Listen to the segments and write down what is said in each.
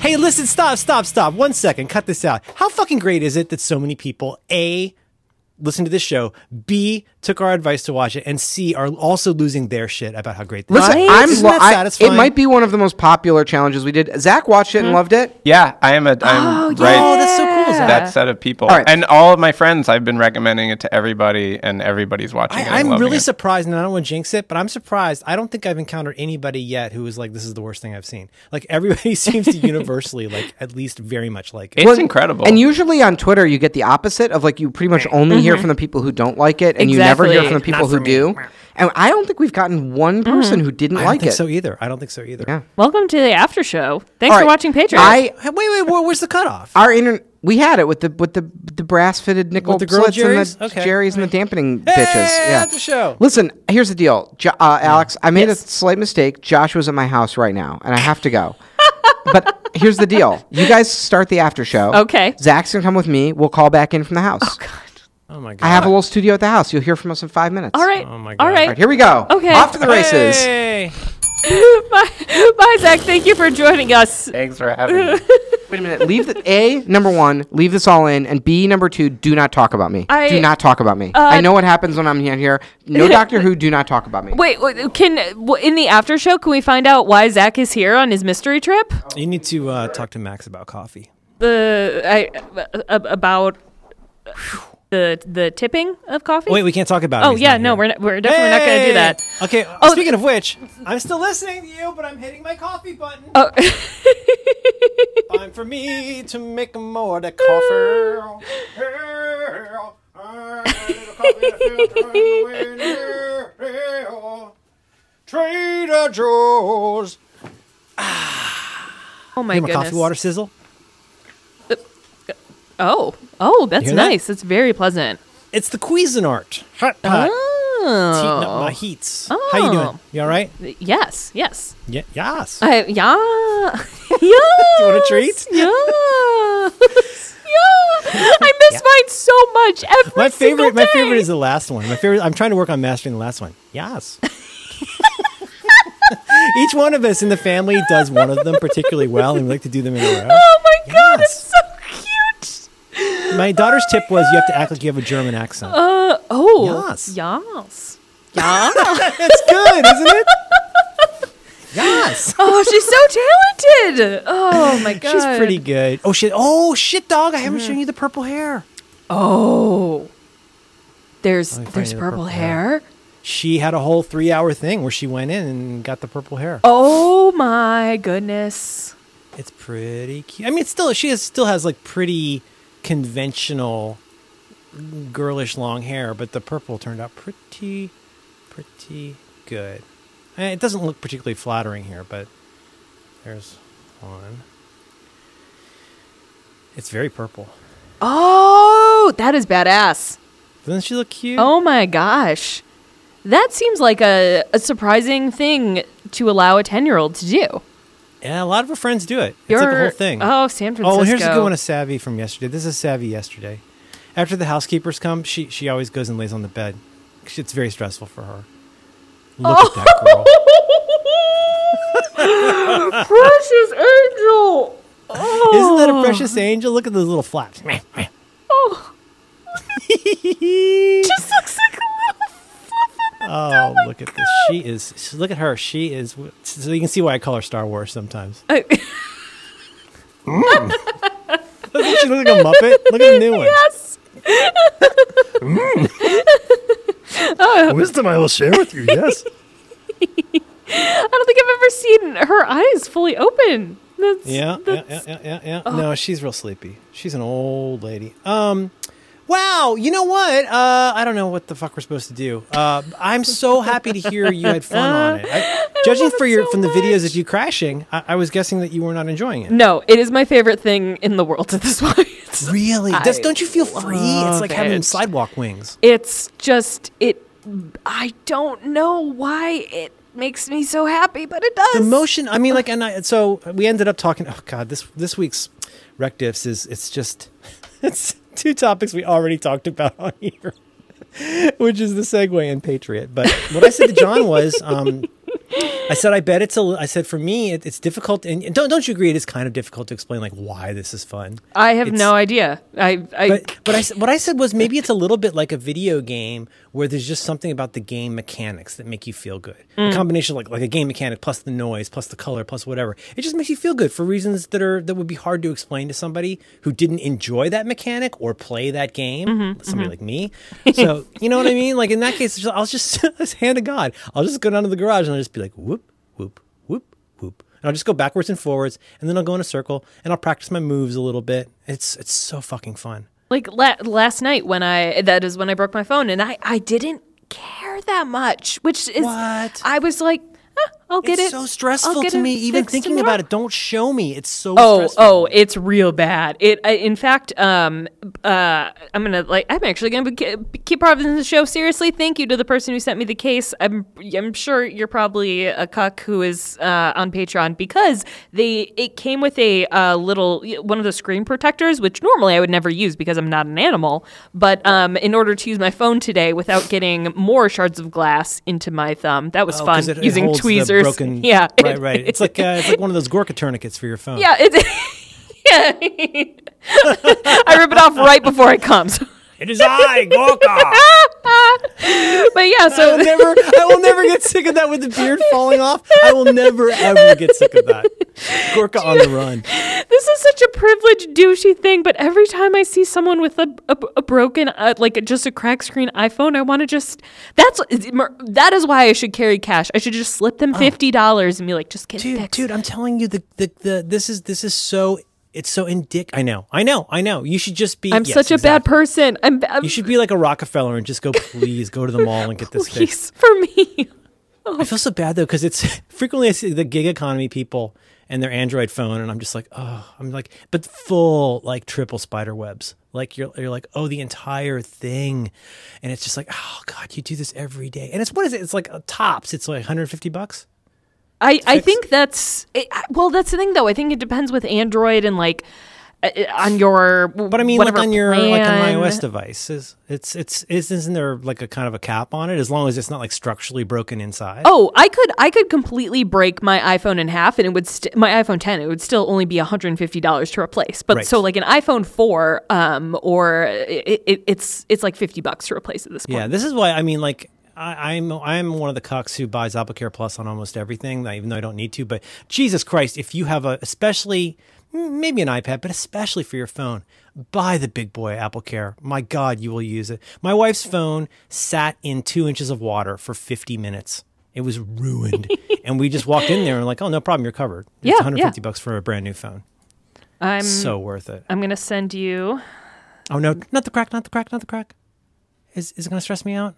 Hey, listen, stop, stop, stop. One second. Cut this out. How fucking great is it that so many people, A, listen to this show, B, took our advice to watch it, and C, are also losing their shit about how great this Listen, is? I'm. Isn't lo- that I- satisfying? Mm-hmm. it might be one of the most popular challenges we did. Zach watched it and loved it. Yeah, I am a. I'm Oh, right. that's so cool. Zach. That set of people, All right. and all of my friends, I've been recommending it to everybody, and everybody's watching. it and I, I'm loving really it. surprised, and I don't want to jinx it, but I'm surprised. I don't think I've encountered anybody yet who is like, "This is the worst thing I've seen." Like everybody seems to universally, like at least very much like it. It's incredible. And usually on Twitter, you get the opposite of like you pretty much only hear Mm-hmm. from the people who don't like it, and you never hear Exactly. from the people who do. And I don't think we've gotten one person who Mm-hmm. didn't I don't like think it. so either. I don't think so either. Welcome to the after show. Thanks All for right. watching Patreon. I Hey, Wait, wait, where- where's the cutoff? our inter- we had it with the with the the brass fitted nickel With the girl slits Jerry's? and the Okay. Jerry's and the dampening Hey, bitches. Yeah. after show. Listen, here's the deal, jo- uh, Alex. I made a slight mistake. Josh was at my house right now, and I have to go. but here's the deal: you guys start the after show. Okay. Zach's gonna come with me. We'll call back in from the house. Oh my god! I have a little studio at the house. You'll hear from us in five minutes. All right. Oh my All God. All right. right, here we go. Okay. Off to the races. Hey. bye, bye, Zach. Thank you for joining us. Thanks for having me. Wait a minute. Leave the A number one. Leave this all in, and B number two. Do not talk about me. I- uh, do not talk about me. I know what happens when I'm here. here. No Doctor Who. Do not talk about me. Wait, wait, can w- in the after show can we find out why Zach is here on his mystery trip? You need to uh, talk to Max about coffee. The I ab- about the the tipping of coffee. Wait, we can't talk about. it. oh He's yeah, not no, here. we're not, we're definitely not going to do that. Hey. Okay. uh, Oh, speaking of which, I'm still listening to you, but I'm hitting my coffee button. Oh, Time for me to make more to coffee. Hey, I'm a little coffee in a filter in the wind. Hey, Trader Joe's. oh my Give him a goodness. coffee water sizzle. Oh, oh, that's hear that? nice. That's very pleasant. It's the Cuisinart hot pot. It's heating up Uh, my Oh, heats. How you doing? Oh. You all right? yes, yes. Yeah, yes. I, yeah, yeah. you want a treat? Yeah, yeah. I miss mine so much. Every my single favorite, my day. favorite is the last one. My favorite. I'm trying to work on mastering the last one. Yes. Each one of us in the family does one of them particularly well, and we like to do them in a row. Oh my god, Yes. it's so cute. My daughter's tip was you have to act like you have a German accent. Uh oh. Yes. Yes. Yeah. it's good, isn't it? Yes. oh, she's so talented. Oh my god. She's pretty good. Oh shit. Oh shit, dog. I haven't shown you the purple hair. Oh. There's me find there's you the purple, purple hair. hair. She had a whole three-hour thing where she went in and got the purple hair. Oh my goodness. It's pretty cute. I mean, it's still she has, still has like pretty conventional girlish long hair, but the purple turned out pretty, pretty good. Eh, It doesn't look particularly flattering here, but there's one. It's very purple. Oh, that is badass. Doesn't she look cute? Oh my gosh. That seems like a, a surprising thing to allow a 10 year old to do. Yeah, a lot of her friends do it. It's like a whole You're- thing. Oh, San Oh, Francisco. well, here's a good one, a savvy from yesterday. This is savvy yesterday. After the housekeepers come, she she always goes and lays on the bed. 'Cause It's very stressful for her. Look at that girl. Precious angel. Isn't that a precious angel? Look at those little flaps. Meh, meh. Oh, oh, just oh looks like a little look at this. She is. she- Look at her. She is. So you can see why I call her Star Wars sometimes. I- Doesn't she look like a Muppet? Look at the new one. yes. Mm. Wisdom I will share with you. Yes. I don't think I've ever seen her eyes fully open. That's, Oh. Yeah, yeah, yeah, yeah, yeah. yeah. No, she's real sleepy. She's an old lady. Um, wow. You know what? Uh, I don't know what the fuck we're supposed to do. Uh, I'm so happy to hear you had fun on it. I, judging love it for your so from the videos much. of you crashing, I, I was guessing that you were not enjoying it. No, it is my favorite thing in the world at this point. Really? Does, don't you feel free? It's love like having it. sidewalk wings. It's just it. I don't know why it makes me so happy, but it does. The motion. I mean, like, and I, so we ended up talking. Oh God, this this week's rec diffs is it's just it's two topics we already talked about on here, which is the Segway and Patriot. But what I said to John was, um, I said, I bet it's a. li- I said, for me, it, it's difficult. And, and don't don't you agree? It is kind of difficult to explain like why this is fun. I have It's- no idea. I, I But but I s- what I said was maybe it's a little bit like a video game where there's just something about the game mechanics that make you feel good. A combination like like a game mechanic plus the noise plus the color plus whatever. It just makes you feel good for reasons that are that would be hard to explain to somebody who didn't enjoy that mechanic or play that game. somebody like me. So you know what I mean? Like in that case, it's just- I'll just, just hand to God. I'll just go down to the garage and I'll just be like whoop whoop whoop whoop. And I'll just go backwards and forwards, and then I'll go in a circle, and I'll practice my moves a little bit. It's it's so fucking fun. like la- last night when I that is when I broke my phone and I I didn't care that much, which is What? I was like, "Ah, I'll get it's it. so I'll stressful get to it me even fixed thinking tomorrow." about it don't show me it's so Oh, stressful. oh, it's real bad. It, I, in fact, um, uh, I'm gonna like, I'm actually gonna be, keep Providence the show seriously. Thank you to the person who sent me the case. I'm, I'm sure you're probably a cuck who is uh, on Patreon because they, it came with a uh, little one of the screen protectors, which normally I would never use because I'm not an animal. But um, in order to use my phone today without getting more shards of glass into my thumb, that was Oh, fun 'cause it- it using holds the tweezers. broken- yeah, right right it's like uh, it's like one of those gorka tourniquets for your phone yeah, it. yeah. I rip it off right before it comes. it is i gorka but yeah, I will so never, I will never get sick of that with the beard falling off. I will never ever get sick of that. Gorka on the run. this is such a privileged douchey thing. But every time I see someone with a a, a broken, uh, like just a crack screen iPhone, I want to just that's that is why I should carry cash. I should just slip them fifty dollars and be like, just get it Oh. dude, fixed. dude, I'm telling you, the, the the this is this is so it's so indic. I know, I know, I know. You should just be. I'm yes, such a bad exactly. person. I'm, I'm You should be like a Rockefeller and just go. Please go to the mall and get this fixed. please for me. I feel so bad though because it's frequently I see the gig economy people and their Android phone, and I'm just like, oh, I'm like, but full like triple spider webs. Like you're you're like, oh, the entire thing, and it's just like, oh god, you do this every day, and it's what is it? It's like uh, tops. It's like 150 bucks. I, I think that's it, I- well. That's the thing, though. I think it depends with Android and like uh, uh, on your. But I mean, whatever like on your like on plan. an iOS device, is it's it's is- isn't there like a kind of a cap on it as long as it's not like structurally broken inside? Oh, I could I could completely break my iPhone in half, and it would st- my iPhone 10. It would still only be 150 dollars to replace. But Right. so like an iPhone 4, um, or it, it, it's it's like 50 bucks to replace at this point. Yeah, this is why I mean, like, I, I'm I'm one of the cucks who buys AppleCare Plus on almost everything, like, even though I don't need to. But Jesus Christ, if you have a, especially mm, maybe an iPad, but especially for your phone, buy the big boy AppleCare. My God, you will use it. My wife's phone sat in two inches of water for 50 minutes. It was ruined, and we just walked in there and like, oh no problem, you're covered. It's Yeah, Mm. yeah. 150 bucks for a brand new phone. I'm so worth it. I'm gonna send you. Oh no, not the crack, not the crack, not the crack. Is is it gonna stress me out?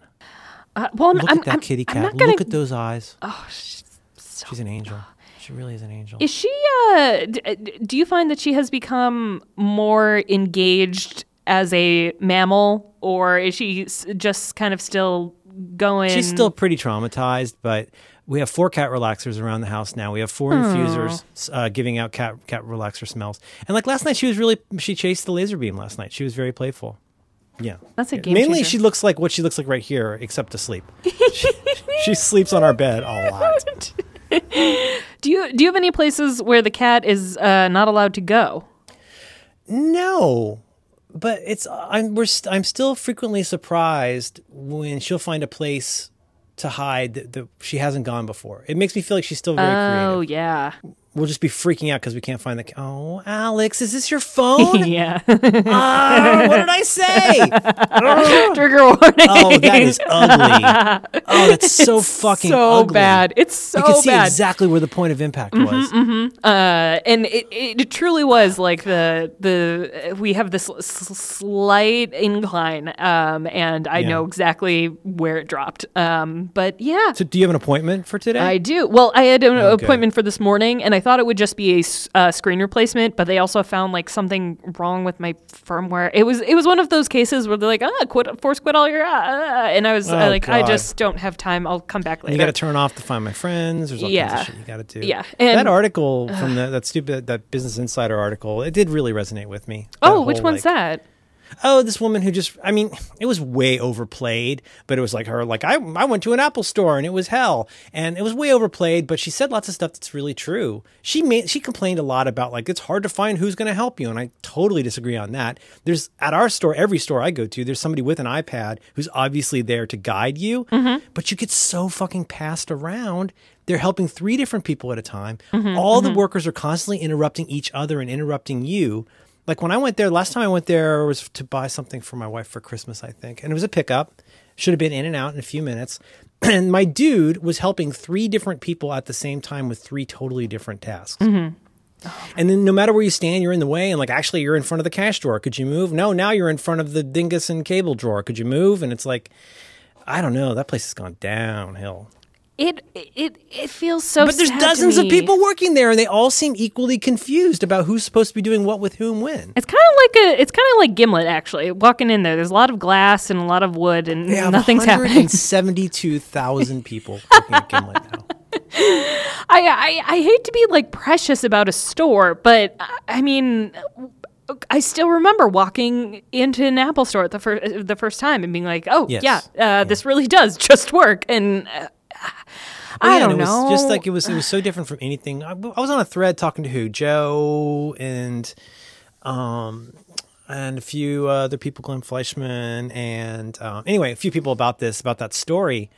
Uh, well, I'm, Look I'm, at that I'm- kitty I'm cat. not gonna- Look at those eyes. Oh, she's so She's an angel. She really is an angel. Is she? Uh, d- d- do you find that she has become more engaged as a mammal, or is she s- just kind of still going? She's still pretty traumatized, but we have four cat relaxers around the house now. We have four infusers s- uh, giving out cat cat relaxer smells. And like last night, she was really she chased the laser beam last night. She was very playful. Yeah, That's a game Mainly, changer. she looks like what she looks like right here, except asleep. she, she sleeps on our bed a lot. Do you do you have any places where the cat is uh, not allowed to go? No, but it's I'm we're st- I'm still frequently surprised when she'll find a place to hide that, that she hasn't gone before. It makes me feel like she's still very Oh creative. yeah, We'll just be freaking out because we can't find the. ca- Oh, Alex, is this your phone? yeah. Ah, what did I say? Trigger warning. Oh, that is ugly. Oh, that's so fucking so ugly. bad. It's so you can see bad. Mm-hmm, exactly where the point of impact was. uh, and it, it truly was like the the we have this s- slight incline, um, and I Yeah. know exactly where it dropped. Um, but yeah, So, do you have an appointment for today? I do. Well, I had an Okay. appointment for this morning, and I thought it would just be a s- uh, screen replacement, but they also found like something wrong with my firmware. It was it was one of those cases where they're like, ah, quit, force quit all your, ah, ah, ah," and I was uh, Oh, like, I God. just don't have time. I'll come back later. You got to turn off to find my friends. There's all kinds Yeah. of shit you got to do. Yeah, and- that article from the, that stupid that Business Insider article, it did really resonate with me. That oh, which whole, one's like- that? oh, this woman who just, I mean, it was way overplayed, but it was like her, like, I, I went to an Apple store and it was hell. And it was way overplayed, but she said lots of stuff that's really true. She made, she complained a lot about, like, it's hard to find who's going to help you. And I totally disagree on that. There's at our store, every store I go to, there's somebody with an iPad who's obviously there to guide you, but you get so fucking passed around they're helping three different people at a time. All the workers are constantly interrupting each other and interrupting you. Like when I went there last time I went there was to buy something for my wife for Christmas, I think. And it was a pickup. Should have been in and out in a few minutes. And my dude was helping three different people at the same time with three totally different tasks. Mm-hmm. And then no matter where you stand, you're in the way. And like, actually, you're in front of the cash drawer. Could you move? No, now you're in front of the dingus and cable drawer. Could you move? And it's like, I don't know. That place has gone downhill. It it it feels so. But there's sad to dozens of me. people working there, and they all seem equally confused about who's supposed to be doing what with whom when. It's kind of like a. It's kind of like Gimlet. Actually, walking in there, there's a lot of glass and a lot of wood, and nothing's happening. Seventy-two thousand people working at Gimlet now. I, I I hate to be like precious about a store, but I- I mean, I still remember walking into an Apple store at the first the first time and being like, oh Yes. yeah, uh, this really does just work, and uh, Well, I yeah, and don't it know. Was just like it was, it was so different from anything. I, I was on a thread talking to who Joe and um and a few other people, Glenn Fleischman, and um, anyway, a few people about this about that story.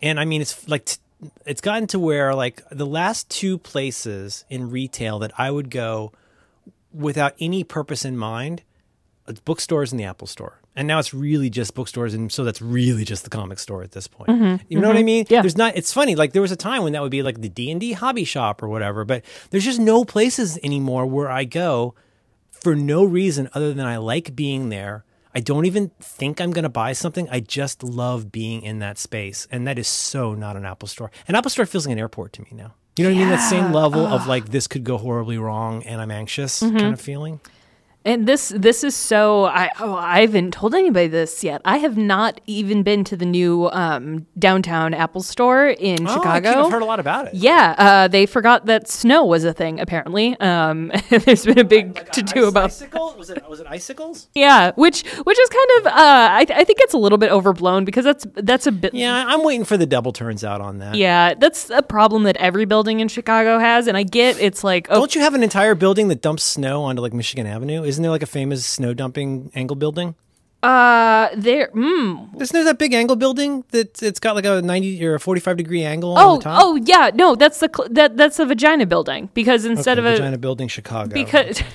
And I mean, it's like t- it's gotten to where like the last two places in retail that I would go without any purpose in mind it's bookstores and the Apple store. And now it's really just bookstores. And so that's really just the comic store at this point. You know what I mean? Mm-hmm, Yeah. There's not, it's funny. Like there was a time when that would be like the D and D hobby shop or whatever, but there's just no places anymore where I go for no reason other than I like being there. I don't even think I'm going to buy something. I just love being in that space. And that is so not an Apple store. An Apple store feels like an airport to me now. You know what I mean? That same level of like, this could go horribly wrong and I'm anxious Mm-hmm. kind of feeling. And this this is so I oh I haven't told anybody this yet. I have not even been to the new um, downtown Apple store in Chicago. Oh, I keep- I've heard a lot about it. yeah, uh, they forgot that snow was a thing. Apparently, um, there's been a Oh big to do about icicle? Was it was it icicles? yeah, which which is kind of uh, I, I think it's a little bit overblown because that's that's a bit Yeah, I'm waiting for the double turns out on that. yeah that's a problem that every building in Chicago has, and I get it's like oh Don't you have an entire building that dumps snow onto like Michigan Avenue? Isn't there like a famous snow dumping angle building? uh, there mm, Isn't there that big angle building that it's got like a 90 or a 45 degree angle oh on the top? oh yeah no that's the cl- that that's the vagina building because instead of a Vagina Building, Chicago. because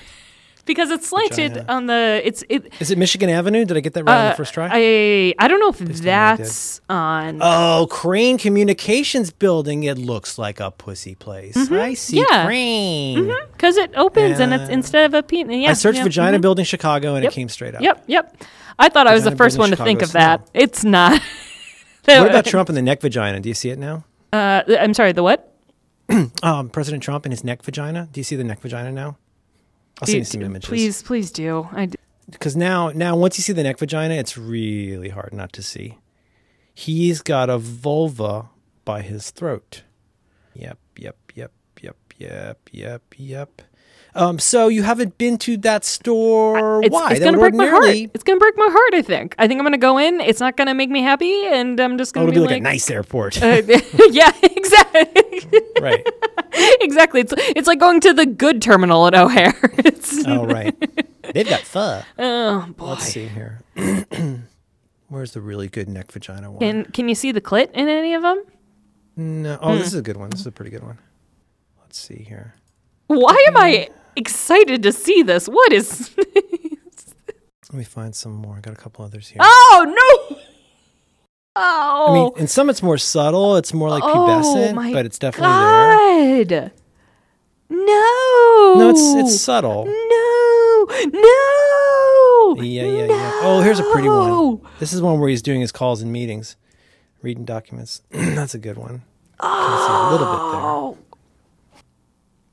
because it's slanted Vagina. on the it's it. uh, is it Michigan Avenue? Did I get that right on the first try? I I don't know if I did. that's on. Oh, Crane Communications Building. It looks like a pussy place. I see Mm-hmm. Yeah. Crane. because it opens and it's Uh, instead of a pe- yeah, I searched yeah, Vagina mhm. Building Chicago and Yep. it came straight up. Yep, yep. I thought I was the Vagina first building one to think Chicago of that. style. It's not. What about Trump and the neck vagina? Do you see it now? Uh, I'm sorry. The what? Um, President Trump and his neck vagina. Do you see the neck vagina now? I'll Do- send you some do- images. Please, please do. I d- Because now, now once you see the neck vagina, it's really hard not to see. He's got a vulva by his throat. Yep, yep, yep, yep, yep, yep, yep. Um, so you haven't been to that store. it's, Why? it's that gonna would break my heart. ordinarily- It's gonna break my heart. I think. I think I'm gonna go in. It's not gonna make me happy, and I'm just Oh, gonna it'll be, be like, a nice airport, yeah, exactly. right? exactly. It's it's like going to the good terminal at O'Hare. It's Oh, right. They've got fur. oh boy. Let's see here. Where's the really good neck vagina one? Can can you see the clit in any of them? No. Oh, Hmm. this is a good one. This is a pretty good one. Let's see here. Why am I excited to see this? What is? Let me find some more. I got a couple others here. oh no! I mean, Oh, in some it's more subtle. It's more like oh pubescent, my but it's definitely God. No. there. No, it's it's subtle. no no. Yeah, yeah, yeah. Oh, here's a pretty one. Mm, No. This is one where he's doing his calls and meetings, reading documents. That's a good one. Can see a little Oh.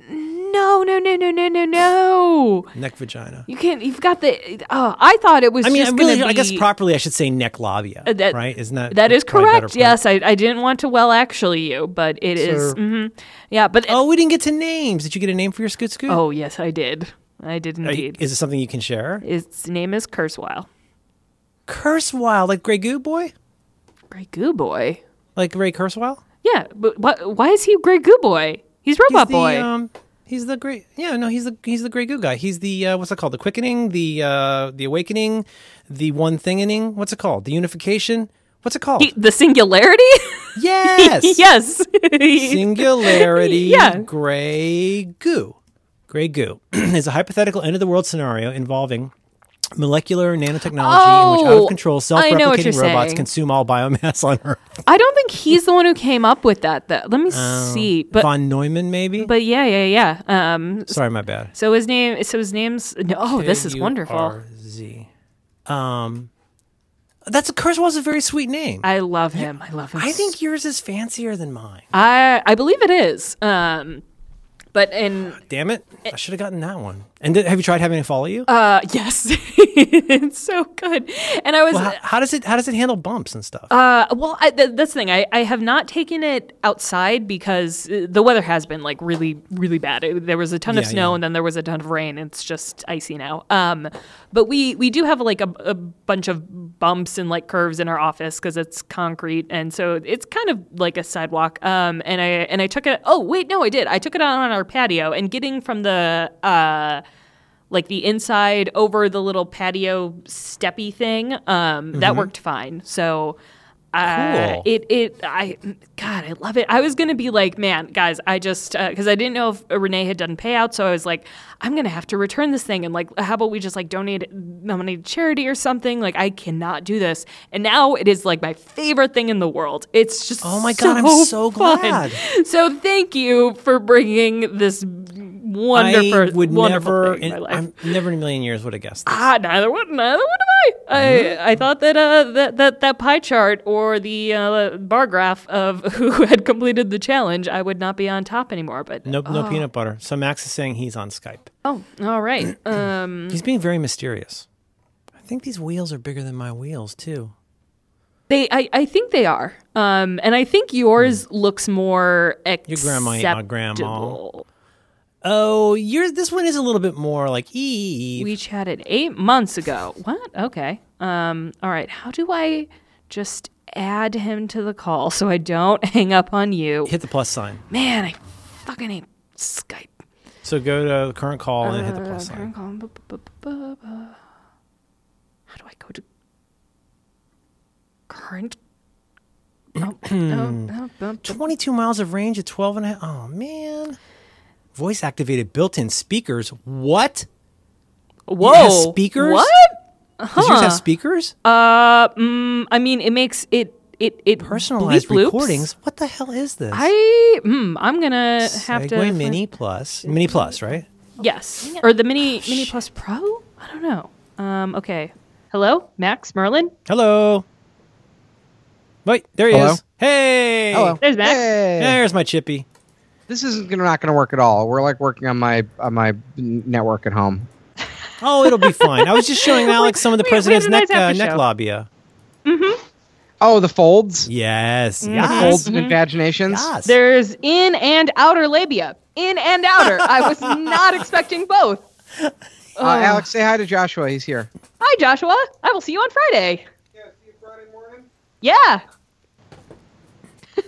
No, no, no, no, no, no, no. bit there. Neck vagina. Oh! You can't. You've got the. Oh, I thought it was. I mean, I just really, gonna I guess be- properly I should say neck labia, Uh, that- right? Isn't that That is probably better correct. for- Yes, I, I didn't want to well actually you, but it is. Sir. mhm. Yeah, but Oh, we didn't get to names. Did you get a name for your scoot scoot? oh yes, I did. I did Are you- indeed. Is it something you can share? Its name is Cursewile. Cursewile, like Grey Goo Boy, Grey Goo Boy. like Ray Cursewile. Yeah, but why, why is he Grey Goo Boy? He's He's Robot the, Boy. Um, he's the great. Yeah, no, he's the he's the Grey Goo guy. He's the uh, what's it called? The quickening, the uh, the awakening, the one thingening. What's it called? The unification. What's it called? He- the singularity? yes. yes. Singularity Yeah. gray goo. Gray goo is a hypothetical end of the world scenario involving molecular nanotechnology in which out Oh, of control self I know what you're replicating robots saying. consume all biomass on Earth. I don't think he's the one who came up with that though. Let me Oh, see. But Von Neumann, maybe? but yeah, yeah, yeah. Um Sorry, my bad. so his name so his name's no, oh, this is wonderful. Z. Um, that's a curse was a very sweet name. I, I love him. I love him. so think yours is fancier than mine. I I believe it is. Um, but and Damn it! I should have gotten that one. And did, have you tried having it follow you? uh, yes, it's so good. And I was well, how, how does it how does it handle bumps and stuff? uh, well. I, th- that's the thing. I, I have not taken it outside because uh, the weather has been like really really bad. It- there was a ton of Yeah, snow yeah. and then there was a ton of rain. It's just icy now. Um, but we we do have like a, a bunch of bumps and like curves in our office because it's concrete and so it's kind of like a sidewalk. Um, and I and I took it. Oh wait, no, I did. I took it out on our patio and getting from the uh. like the inside over the little patio steppy thing. Um, That worked fine. So. Uh, Mm-hmm. Cool. It it I God I love it. I was gonna be like, man, guys, I just because I didn't know if Renee had done payout, so I was like, I'm gonna have to return this thing and like, how about we just like donate nominate charity or something? Like, I cannot do this. And now it is like my favorite thing in the world. It's just Oh my God, I'm so fun. glad. So thank you for bringing this wonderful I would wonderful never, thing in my life. I'm, never in a million years would have guessed. That. Ah, neither would neither would I. I Mm-hmm. I thought that uh that, that that pie chart or the uh, bar graph of who had completed the challenge, I would not be on top anymore. But Nope, no peanut butter. So Max is saying he's on Skype. oh, all right. Um, He's being very mysterious. I think these wheels are bigger than my wheels too. they I, I think they are. Um, and I think yours looks more acceptable. Mm. Your grandma ain't my grandma. Oh, yours. This one is a little bit more like Eve. We chatted eight months ago. What? Okay. Um. All right. How do I just add him to the call so I don't hang up on you? hit the plus sign. Man, I fucking hate Skype. So go to the current call and hit the plus Uh, sign. Hong Kong, bu- bu- bu- bu- bu- How do I go to current? Oh, no, no, no, no. Twenty-two miles of range at twelve and a half. Oh man. Voice activated built-in speakers. What? Whoa! speakers? What? Does yours have speakers? Uh, mm, I mean, it makes it it it Personalized bleep loops. recordings. What the hell is this? I mm, I'm gonna have to Segway Mini Oh, Plus. Mini Plus, right? Yes, or the mini mini plus pro. I don't know. Um. Okay. Hello, Max Merlin. Hello. Wait, there he Hello? is. Hey. Hello. There's Max. Hey. There's my chippy. This is gonna, not going to work at all. We're like working on my on my n- network at home. Oh, it'll be fine. I was just showing Alex some of the we- we had president's a nice neck uh, after neck show. labia. Oh, the folds, Yes. the folds Yes. Mm-hmm. and invaginations. Yes. There's in and outer labia. In and outer. I was not expecting both. Uh, Alex, say hi to Joshua. He's here. Hi, Joshua. I will see you on Friday. Yeah, see you Friday morning. Yeah.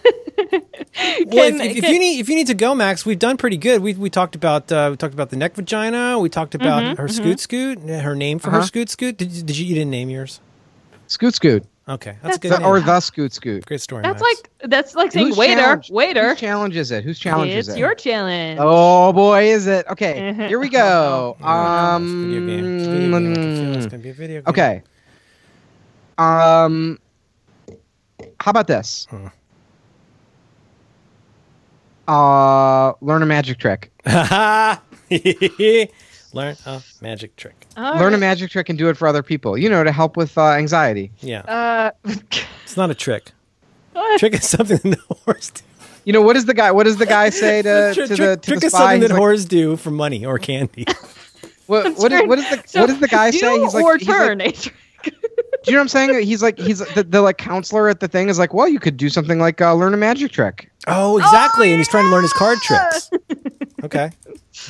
Well, if, Can- if, if can- you need if you need to go, Max, we've done pretty good. We we talked about uh, we talked about the neck vagina. We talked about Mm-hmm, her scoot scoot. and Her name for her Uh-huh. scoot scoot. Did, you- did you you didn't name yours? Scoot Scoot, Okay, that's, a good. The- name. or the Scoot Scoot. Great story. That's Max. like that's like saying Whose waiter, challenge- waiter. Whose challenge is it? Whose challenge It's is it? your challenge. Oh boy, is it? Okay, Mm-hmm. here we go. Oh, it's a Um, video game. It's a video game. I can feel it's gonna be a video game. Okay. Um, how about this? Hmm. Uh, learn a magic trick. Mm. Learn a magic trick. All learn a right. magic trick and do it for other people. You know, to help with uh, anxiety. Yeah, Uh, it's not a trick. Trick is something that whores do. You know, what does the guy? What does the guy say to, Tri- Uh, to trick the to trick the is spy? something He's that like, whores do for money or candy. what, what, is, what is the So, what does the guy do say? He's like, or he's like- turn. a trick. do you know what I'm saying? He's like, he's the, the like counselor at the thing is like, well, you could do something like uh, learn a magic trick. Oh, exactly. and he's trying to learn his card tricks. Okay.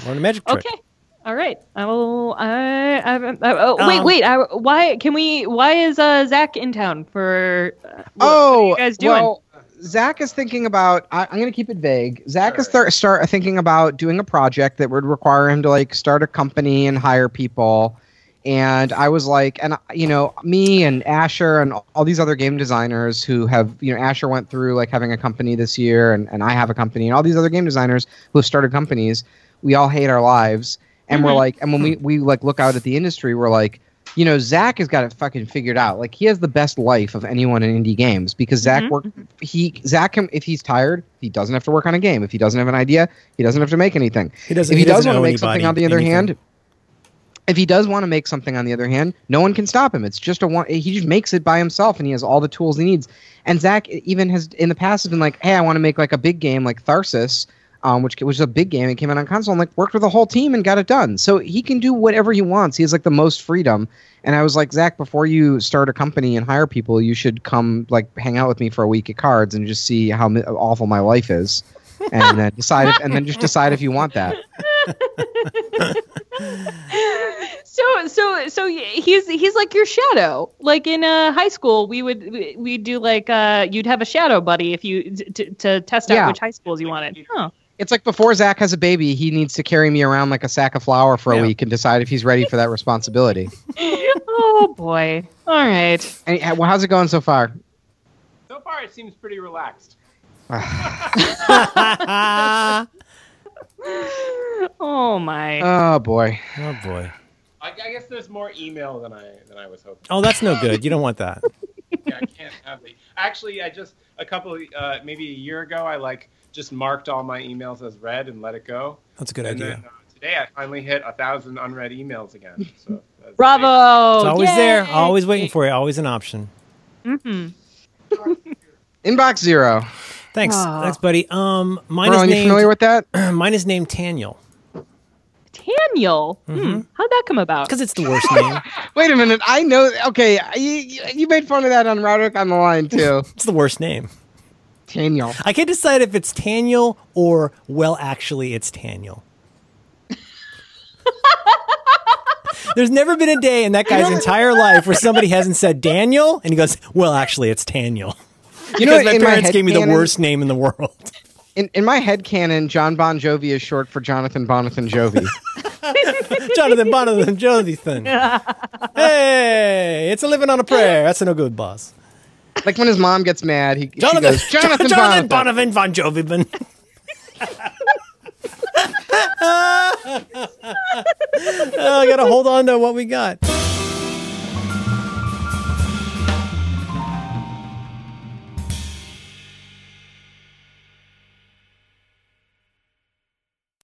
Learn a magic trick. okay. All right. I will. I. I, I oh, wait, Um, wait. I, why can we? Why is uh, Zach in town for? Uh, what- what, oh, are you guys doing? well, Zach is thinking about. I, I'm going to keep it vague. Zach is start start thinking about doing a project that would require him to like start a company and hire people. And I was like, and uh, you know, me and Asher and all these other game designers who have, you know, Asher went through like having a company this year, and, and I have a company, and all these other game designers who have started companies. We all hate our lives, and Mm-hmm. we're like, and when we we like look out at the industry, we're like, you know, Zach has got it fucking figured out. Like he has the best life of anyone in indie games because Zach Mhm. work he Zach can if he's tired, he doesn't have to work on a game. If he doesn't have an idea, he doesn't have to make anything. He doesn't. if he he, does doesn't want to owe make something anybody on the other anything. hand, if he does want to make something on the other hand, no one can stop him. It's just a one he just makes it by himself and he has all the tools he needs. And Zach even has in the past has been like, "Hey, I want to make like a big game like Tharsis." Um, which which is a big game. It came out on console and like worked with a whole team and got it done. So he can do whatever he wants. He has like the most freedom. And I was like, Zach, before you start a company and hire people, you should come like hang out with me for a week at cards and just see how mi- awful my life is, and then decide if, and then just decide if you want that. so so so he's he's like your shadow. Like in uh, high school, we would we we'd do like uh, you'd have a shadow buddy if you to, to test out Yeah. which high schools you wanted. Huh. It's like before Zach has a baby, he needs to carry me around like a sack of flour for a Yeah. week and decide if he's ready for that responsibility. oh boy! All right. And, uh, well, how's it going so far? So far, it seems pretty relaxed. Oh my. Oh boy. oh boy. I, I guess there's more email than I than I was hoping. Oh, that's no good. You don't want that. Yeah, I can't have the. Actually, I just a couple, uh, maybe a year ago, I like just marked all my emails as read and let it go. That's a good and idea. then uh, today, I finally hit a thousand unread emails again. So that's great. Bravo! it's always there. Always waiting for you. Always an option. Mm-hmm. Inbox zero. Thanks. Aw. Thanks, buddy. Um, mine Ron, is you named. familiar with that? mine is named Taniel Daniel. Hmm. How'd that come about? because it's the worst name. Wait a minute. I know. Okay, you, you made fun of that on Roderick on the line too. It's the worst name. Daniel. I can't decide if it's Taniel or well, actually, it's Taniel. There's never been a day in that guy's entire life where somebody hasn't said Daniel and he goes, "Well, actually, it's Taniel." You know, Because what, my in parents head gave me the canon- worst name in the world. In, in my head canon, John Bon Jovi is short for Jonathan Bonathan Jovi. Jonathan Bonathan Jonathan. hey, it's a living on a prayer. That's a no good, boss. like when his mom gets mad, he she Jonathan, goes, Jonathan, Jonathan Bonathan Bonathan. von Jovibin. Uh, oh, I gotta hold on to what we got.